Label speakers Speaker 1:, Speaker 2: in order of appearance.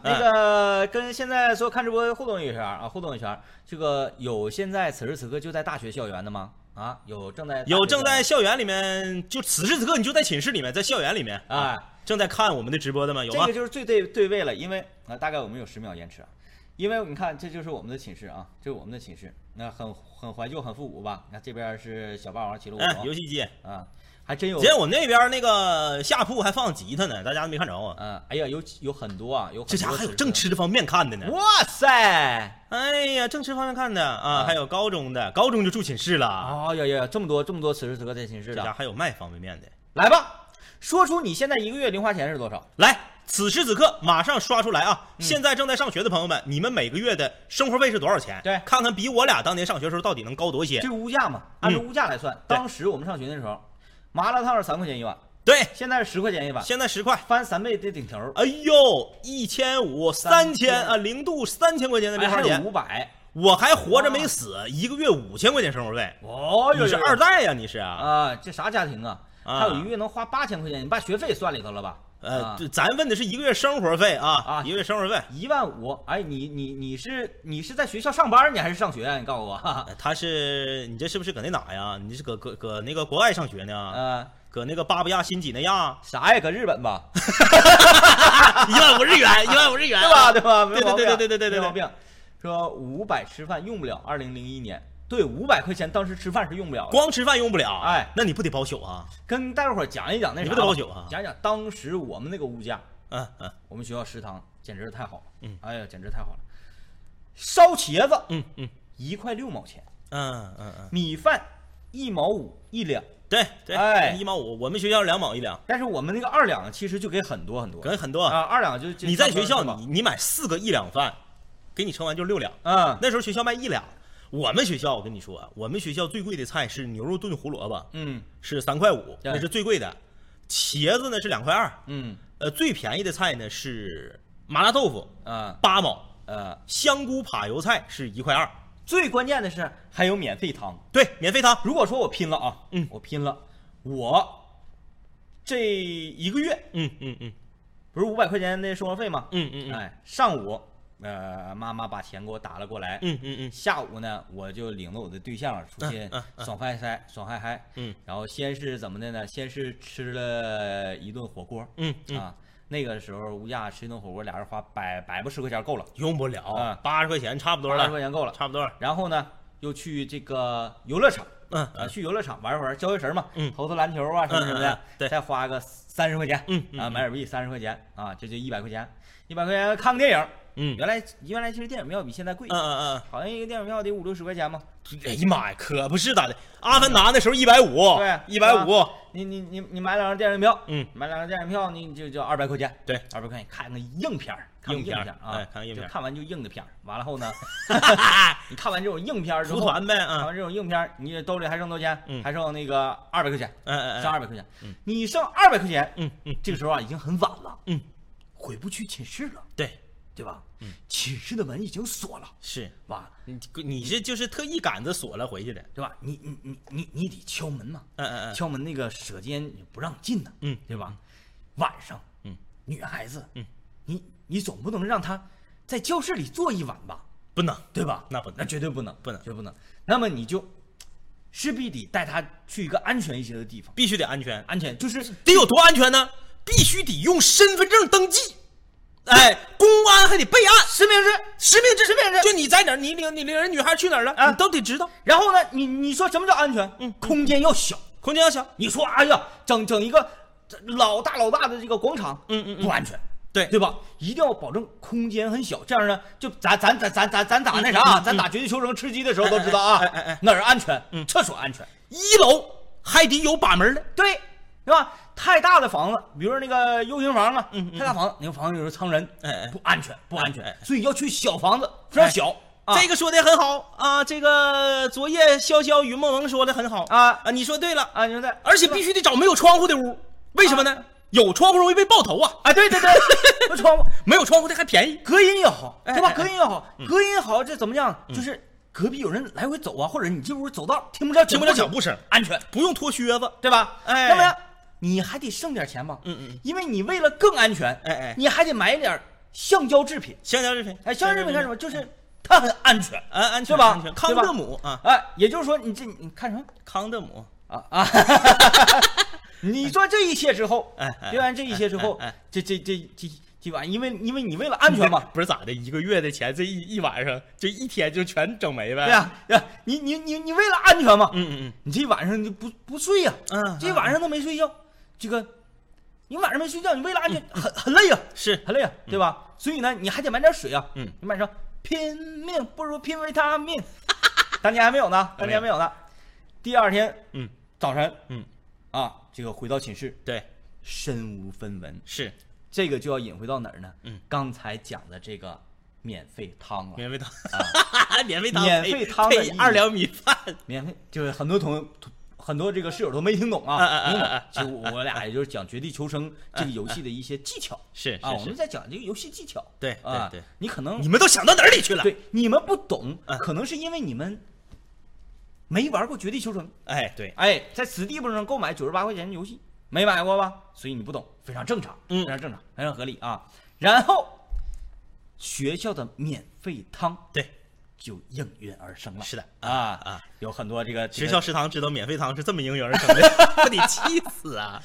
Speaker 1: 那
Speaker 2: 哎
Speaker 1: 个跟现在说看直播互动一圈啊，互动一圈。这个有现在此时此刻就在大学校园的吗？啊，有正在
Speaker 2: 有正在校园里面，就此时此刻你就在寝室里面，在校园里面
Speaker 1: 哎，
Speaker 2: 正在看我们的直播的啊吗？有
Speaker 1: 这
Speaker 2: 吗
Speaker 1: 个？就是最对对位了，因为啊、大概我们有十秒延迟啊，因为你看这就是我们的寝室啊，这是我们的寝室，那很很怀旧，很复古吧？那这边是小霸王齐鲁舞
Speaker 2: 嗯，游戏机。
Speaker 1: 啊，还真有
Speaker 2: 今天我那边那个下铺还放吉他呢，大家没看着啊？
Speaker 1: 啊，哎呀，有有很多啊，有很
Speaker 2: 这
Speaker 1: 多
Speaker 2: 家伙还有
Speaker 1: 此时
Speaker 2: 正
Speaker 1: 此
Speaker 2: 吃方面看的呢
Speaker 1: 刻，。哇塞！
Speaker 2: 哎呀，正吃方面看的啊，
Speaker 1: 啊
Speaker 2: 还有高中的，高中就住寝室了。
Speaker 1: 啊呀呀，这么多这么多此时此刻在寝室
Speaker 2: 这家
Speaker 1: 的，
Speaker 2: 还有卖方便面的。
Speaker 1: 来吧，说出你现在一个月零花钱是多少？
Speaker 2: 来，此时此刻马上刷出来啊！
Speaker 1: 嗯
Speaker 2: 现在正在上学的朋友们，你们每个月的生活费是多少钱？
Speaker 1: 对
Speaker 2: 看看比我俩当年上学时候到底能高多些。
Speaker 1: 这物价嘛，按照
Speaker 2: 嗯
Speaker 1: 物价来算，当时我们上学的时候，麻辣烫是三块钱一碗，
Speaker 2: 对，
Speaker 1: 现在是十块钱一碗，
Speaker 2: 现在十块。
Speaker 1: 翻三倍的顶头，
Speaker 2: 哎呦，一千五、三
Speaker 1: 三千
Speaker 2: 千啊，零度三千块钱的
Speaker 1: 哎
Speaker 2: 零花
Speaker 1: 还有
Speaker 2: 钱，
Speaker 1: 五百，
Speaker 2: 我还活着没死，一个月五千块钱生活费。
Speaker 1: 哦
Speaker 2: 你是二代呀？你是啊？
Speaker 1: 啊，这啥家庭啊？
Speaker 2: 啊
Speaker 1: 还有一个月能花八千块钱，你把学费算里头了吧？
Speaker 2: 呃
Speaker 1: 啊，
Speaker 2: 这咱问的是一个月生活费啊，
Speaker 1: 啊
Speaker 2: 一个月生活费。
Speaker 1: 一万五，哎，你你你是你是在学校上班，你还是上学啊？你告诉我，哈哈
Speaker 2: 呃他是你这是不是搁那哪呀？你是搁搁搁那个国外上学呢？
Speaker 1: 呃，？
Speaker 2: 搁那个巴布亚新几内亚
Speaker 1: 啥呀？搁日本吧，
Speaker 2: 一万五日元，一万五日 元，
Speaker 1: 对吧？对吧？没
Speaker 2: 啊对对
Speaker 1: 毛病
Speaker 2: 对对对对对对
Speaker 1: 没毛病。说五百吃饭用不了，二零零一年，对，五百块钱当时吃饭是用不了的。
Speaker 2: 光吃饭用不了，
Speaker 1: 哎
Speaker 2: 那你不得包宿啊？
Speaker 1: 跟大家伙儿讲一讲那
Speaker 2: 你
Speaker 1: 啥
Speaker 2: 不
Speaker 1: 吧，
Speaker 2: 得老朽啊
Speaker 1: 讲讲当时我们那个物价，
Speaker 2: 嗯嗯
Speaker 1: 我们学校食堂简直是太好了，
Speaker 2: 嗯，
Speaker 1: 哎呀，简直太好了。烧茄子
Speaker 2: 嗯嗯
Speaker 1: 一块六毛钱，
Speaker 2: 嗯嗯嗯，
Speaker 1: 米饭一毛五一两，
Speaker 2: 对对，
Speaker 1: 哎
Speaker 2: 一毛五，我们学校两毛一两，
Speaker 1: 但是我们那个二两其实就给很多很多
Speaker 2: 给很多。
Speaker 1: 啊，二两就就
Speaker 2: 你在
Speaker 1: 相当
Speaker 2: 学
Speaker 1: 于
Speaker 2: 校
Speaker 1: 是吧
Speaker 2: 你你买四个一两饭，给你盛完就六两。
Speaker 1: 嗯
Speaker 2: 那时候学校卖一两，我们学校我跟你说啊，我们学校最贵的菜是牛肉炖胡萝卜，
Speaker 1: 嗯
Speaker 2: 是三块五，
Speaker 1: 对
Speaker 2: 那是最贵的。茄子呢是两块二，
Speaker 1: 嗯
Speaker 2: 呃，最便宜的菜呢是麻辣豆腐
Speaker 1: 啊
Speaker 2: 八毛，
Speaker 1: 呃，
Speaker 2: 香菇扒油菜是一块二。
Speaker 1: 最关键的是还有免费汤。
Speaker 2: 对，免费汤。
Speaker 1: 如果说我拼了啊，
Speaker 2: 嗯
Speaker 1: 我拼了，我这一个月
Speaker 2: 嗯嗯嗯
Speaker 1: 不是五百块钱的生活费吗？
Speaker 2: 嗯嗯嗯
Speaker 1: 哎，上午呃妈妈把钱给我打了过来，
Speaker 2: 嗯嗯嗯
Speaker 1: 下午呢我就领着我的对象出去
Speaker 2: 嗯嗯嗯
Speaker 1: 爽嗨嗨爽嗨嗨，
Speaker 2: 嗯，
Speaker 1: 然后先是怎么的呢？先是吃了一顿火锅，
Speaker 2: 嗯嗯，
Speaker 1: 啊，那个时候物价吃一顿火锅俩人花百百八十块钱够了，
Speaker 2: 用不了
Speaker 1: 啊，
Speaker 2: 八十块钱差不多
Speaker 1: 八十块
Speaker 2: 了，
Speaker 1: 钱够了，
Speaker 2: 差不多了。
Speaker 1: 然后呢又去这个游乐场。
Speaker 2: 嗯
Speaker 1: 啊，去游乐场玩一会儿，交游神嘛，
Speaker 2: 嗯
Speaker 1: 投投篮球啊什么什么
Speaker 2: 嗯嗯
Speaker 1: 的
Speaker 2: 嗯，对
Speaker 1: 再花个三十块钱，
Speaker 2: 嗯嗯
Speaker 1: 啊，买点币三十块钱啊，这就一百块钱，一百块钱看个电影，
Speaker 2: 嗯
Speaker 1: 原来原来其实电影票比现在贵
Speaker 2: 嗯，嗯
Speaker 1: 好像一个电影票得五六十块钱嘛，
Speaker 2: 嗯，哎呀妈呀，可不是咋的，《阿凡达》那时候一百五，
Speaker 1: 对
Speaker 2: 一百五，
Speaker 1: 你你你你买两张电影票，
Speaker 2: 嗯，
Speaker 1: 买两张电影票你就就二百块钱，
Speaker 2: 对，
Speaker 1: 二百块钱看个硬片儿，看个
Speaker 2: 硬
Speaker 1: 硬
Speaker 2: 片儿
Speaker 1: 片儿啊，
Speaker 2: 哎看个硬片儿
Speaker 1: 就看完就硬的片儿，完了后 呢，你看完这种硬片儿之
Speaker 2: 组
Speaker 1: 后，
Speaker 2: 团呗
Speaker 1: 看
Speaker 2: 啊，
Speaker 1: 完这种硬片儿，你兜里还剩多少钱？
Speaker 2: 嗯
Speaker 1: 还剩那个二百块钱，
Speaker 2: 嗯嗯
Speaker 1: 剩
Speaker 2: 嗯
Speaker 1: 二百块钱，你剩二百块钱，
Speaker 2: 嗯嗯，
Speaker 1: 这个时候啊，已经很晚了，
Speaker 2: 嗯，
Speaker 1: 回不去寝室了，
Speaker 2: 对，
Speaker 1: 对吧？嗯，寝室的门已经锁了，
Speaker 2: 是
Speaker 1: 哇，
Speaker 2: 你你这就是特意赶着锁了回去的，
Speaker 1: 对吧？你你你你你得敲门呐、
Speaker 2: 嗯嗯嗯，
Speaker 1: 敲门那个舍监不让进呐、
Speaker 2: 嗯
Speaker 1: 对吧？晚上，
Speaker 2: 嗯，
Speaker 1: 女孩子，
Speaker 2: 嗯，
Speaker 1: 你你总不能让她在教室里坐一晚吧，
Speaker 2: 不能，
Speaker 1: 对吧？
Speaker 2: 那不能
Speaker 1: 那绝对不能，
Speaker 2: 不能
Speaker 1: 绝对不能。那么你就势必得带她去一个安全一些的地方，
Speaker 2: 必须得安全，
Speaker 1: 安全就是
Speaker 2: 得有多安全呢？必须得用身份证登记，哎，公安还得备案，
Speaker 1: 实名制。
Speaker 2: 实名制，
Speaker 1: 实名制
Speaker 2: 就你在哪儿，你领你领人女孩去哪儿了，
Speaker 1: 啊
Speaker 2: 你都得知道，
Speaker 1: 然后呢，你你说什么叫安全？嗯，空间要小。
Speaker 2: 空间要小，
Speaker 1: 你说，哎呀，整整一个这老大老大的这个广场，
Speaker 2: 嗯嗯嗯
Speaker 1: 不安全，
Speaker 2: 对
Speaker 1: 对吧？一定要保证空间很小，这样呢，就咱咱咱咱咱咱打那
Speaker 2: 嗯
Speaker 1: 啥，啊咱打绝地求生吃鸡的时候都知道啊，
Speaker 2: 哎哎哎哎
Speaker 1: 那是安全，厕所安全，
Speaker 2: 一楼还得有把门的，
Speaker 1: 对，对吧？太大的房子，比如说那个 U 型房啊，太大房子，那个房子有时候藏人，
Speaker 2: 嗯哎哎
Speaker 1: 不安全，不安
Speaker 2: 哎哎
Speaker 1: 全，所以要去小房子，非常小。啊
Speaker 2: 这个说的很好啊，这个昨夜潇潇雨蒙蒙说的很好
Speaker 1: 啊
Speaker 2: 啊，你说对了，
Speaker 1: 啊，你说的，
Speaker 2: 而且必须得找没有窗户的屋，为什么呢？有窗户容易被爆头啊，
Speaker 1: 啊，对对对， 那窗户。
Speaker 2: 没有窗户的还便宜。
Speaker 1: 隔音也好，
Speaker 2: 哎
Speaker 1: 对吧？
Speaker 2: 哎哎嗯
Speaker 1: 隔音也好，隔音好，这怎么样？就是隔壁有人来回走啊，或者你进屋走道听不着
Speaker 2: 听不着脚步声
Speaker 1: 安全，
Speaker 2: 不用脱靴子，
Speaker 1: 对吧？
Speaker 2: 哎
Speaker 1: 那么你还得剩点钱吧，
Speaker 2: 嗯嗯嗯，
Speaker 1: 因为你为了更安全，
Speaker 2: 哎哎
Speaker 1: 你还得买点橡胶制品。
Speaker 2: 香蕉制品，
Speaker 1: 哎，橡胶制品干什么？就是它很安全。
Speaker 2: 嗯安安全
Speaker 1: 对吧
Speaker 2: 安全康
Speaker 1: 对吧
Speaker 2: 德姆啊，
Speaker 1: 哎，也就是说，你这你看什么
Speaker 2: 康德姆，
Speaker 1: 啊 啊？你做这一切之后，
Speaker 2: 哎哎
Speaker 1: 做完这一切之后
Speaker 2: 哎哎哎，
Speaker 1: 这这这这这玩意儿，因为因为你为了安全嘛，
Speaker 2: 不是咋的，一个月的钱这一一晚上就一天就全整没呗。
Speaker 1: 对呀，呀你你你你为了安全嘛，
Speaker 2: 哎嗯嗯
Speaker 1: 你这一晚上你就不不睡呀，
Speaker 2: 嗯嗯，
Speaker 1: 这一晚上都没睡觉，这个你晚上没睡觉，你为了安全
Speaker 2: 嗯
Speaker 1: 很很累呀，
Speaker 2: 是
Speaker 1: 很累呀，对吧？所以呢，你还得买点水啊，
Speaker 2: 嗯
Speaker 1: 你买上拼命不如拼维他命，当年还没有 呢，当年还没有呢，第二天
Speaker 2: 嗯
Speaker 1: 早晨
Speaker 2: 嗯，
Speaker 1: 啊，这个回到寝室，
Speaker 2: 对
Speaker 1: 身无分文，
Speaker 2: 是
Speaker 1: 这个就要引回到哪儿呢？
Speaker 2: 嗯，
Speaker 1: 刚才讲的这个免费汤了，
Speaker 2: 免费汤， 免费汤，
Speaker 1: 啊免费汤的
Speaker 2: 配
Speaker 1: 意义
Speaker 2: 二两米饭，
Speaker 1: 免费就是很多同很多这个室友都没听懂
Speaker 2: 啊啊
Speaker 1: 啊，
Speaker 2: 啊
Speaker 1: 没
Speaker 2: 啊啊
Speaker 1: 听懂。就我俩也就是讲《绝地求生》这个游戏的一些技巧
Speaker 2: 是
Speaker 1: 啊，
Speaker 2: 是
Speaker 1: 我们
Speaker 2: 是，
Speaker 1: 在讲这个游戏技巧。
Speaker 2: 对
Speaker 1: 啊，
Speaker 2: 对对，
Speaker 1: 你可能
Speaker 2: 你们都想到哪里去了？
Speaker 1: 对你们不懂
Speaker 2: 嗯，
Speaker 1: 可能是因为你们没玩过《绝地求生》，
Speaker 2: 哎对，
Speaker 1: 哎，在 Steam 上购买九十八块钱的游戏，没买过吧？所以你不懂，非常正常，
Speaker 2: 嗯
Speaker 1: 非常正常，非常合理啊。然后学校的免费汤
Speaker 2: 对
Speaker 1: 就应运而生了。
Speaker 2: 是的
Speaker 1: 啊
Speaker 2: 啊，
Speaker 1: 有很多这个
Speaker 2: 学
Speaker 1: 这个
Speaker 2: 校食堂知道免费汤是这么应运而生的，我得气死啊！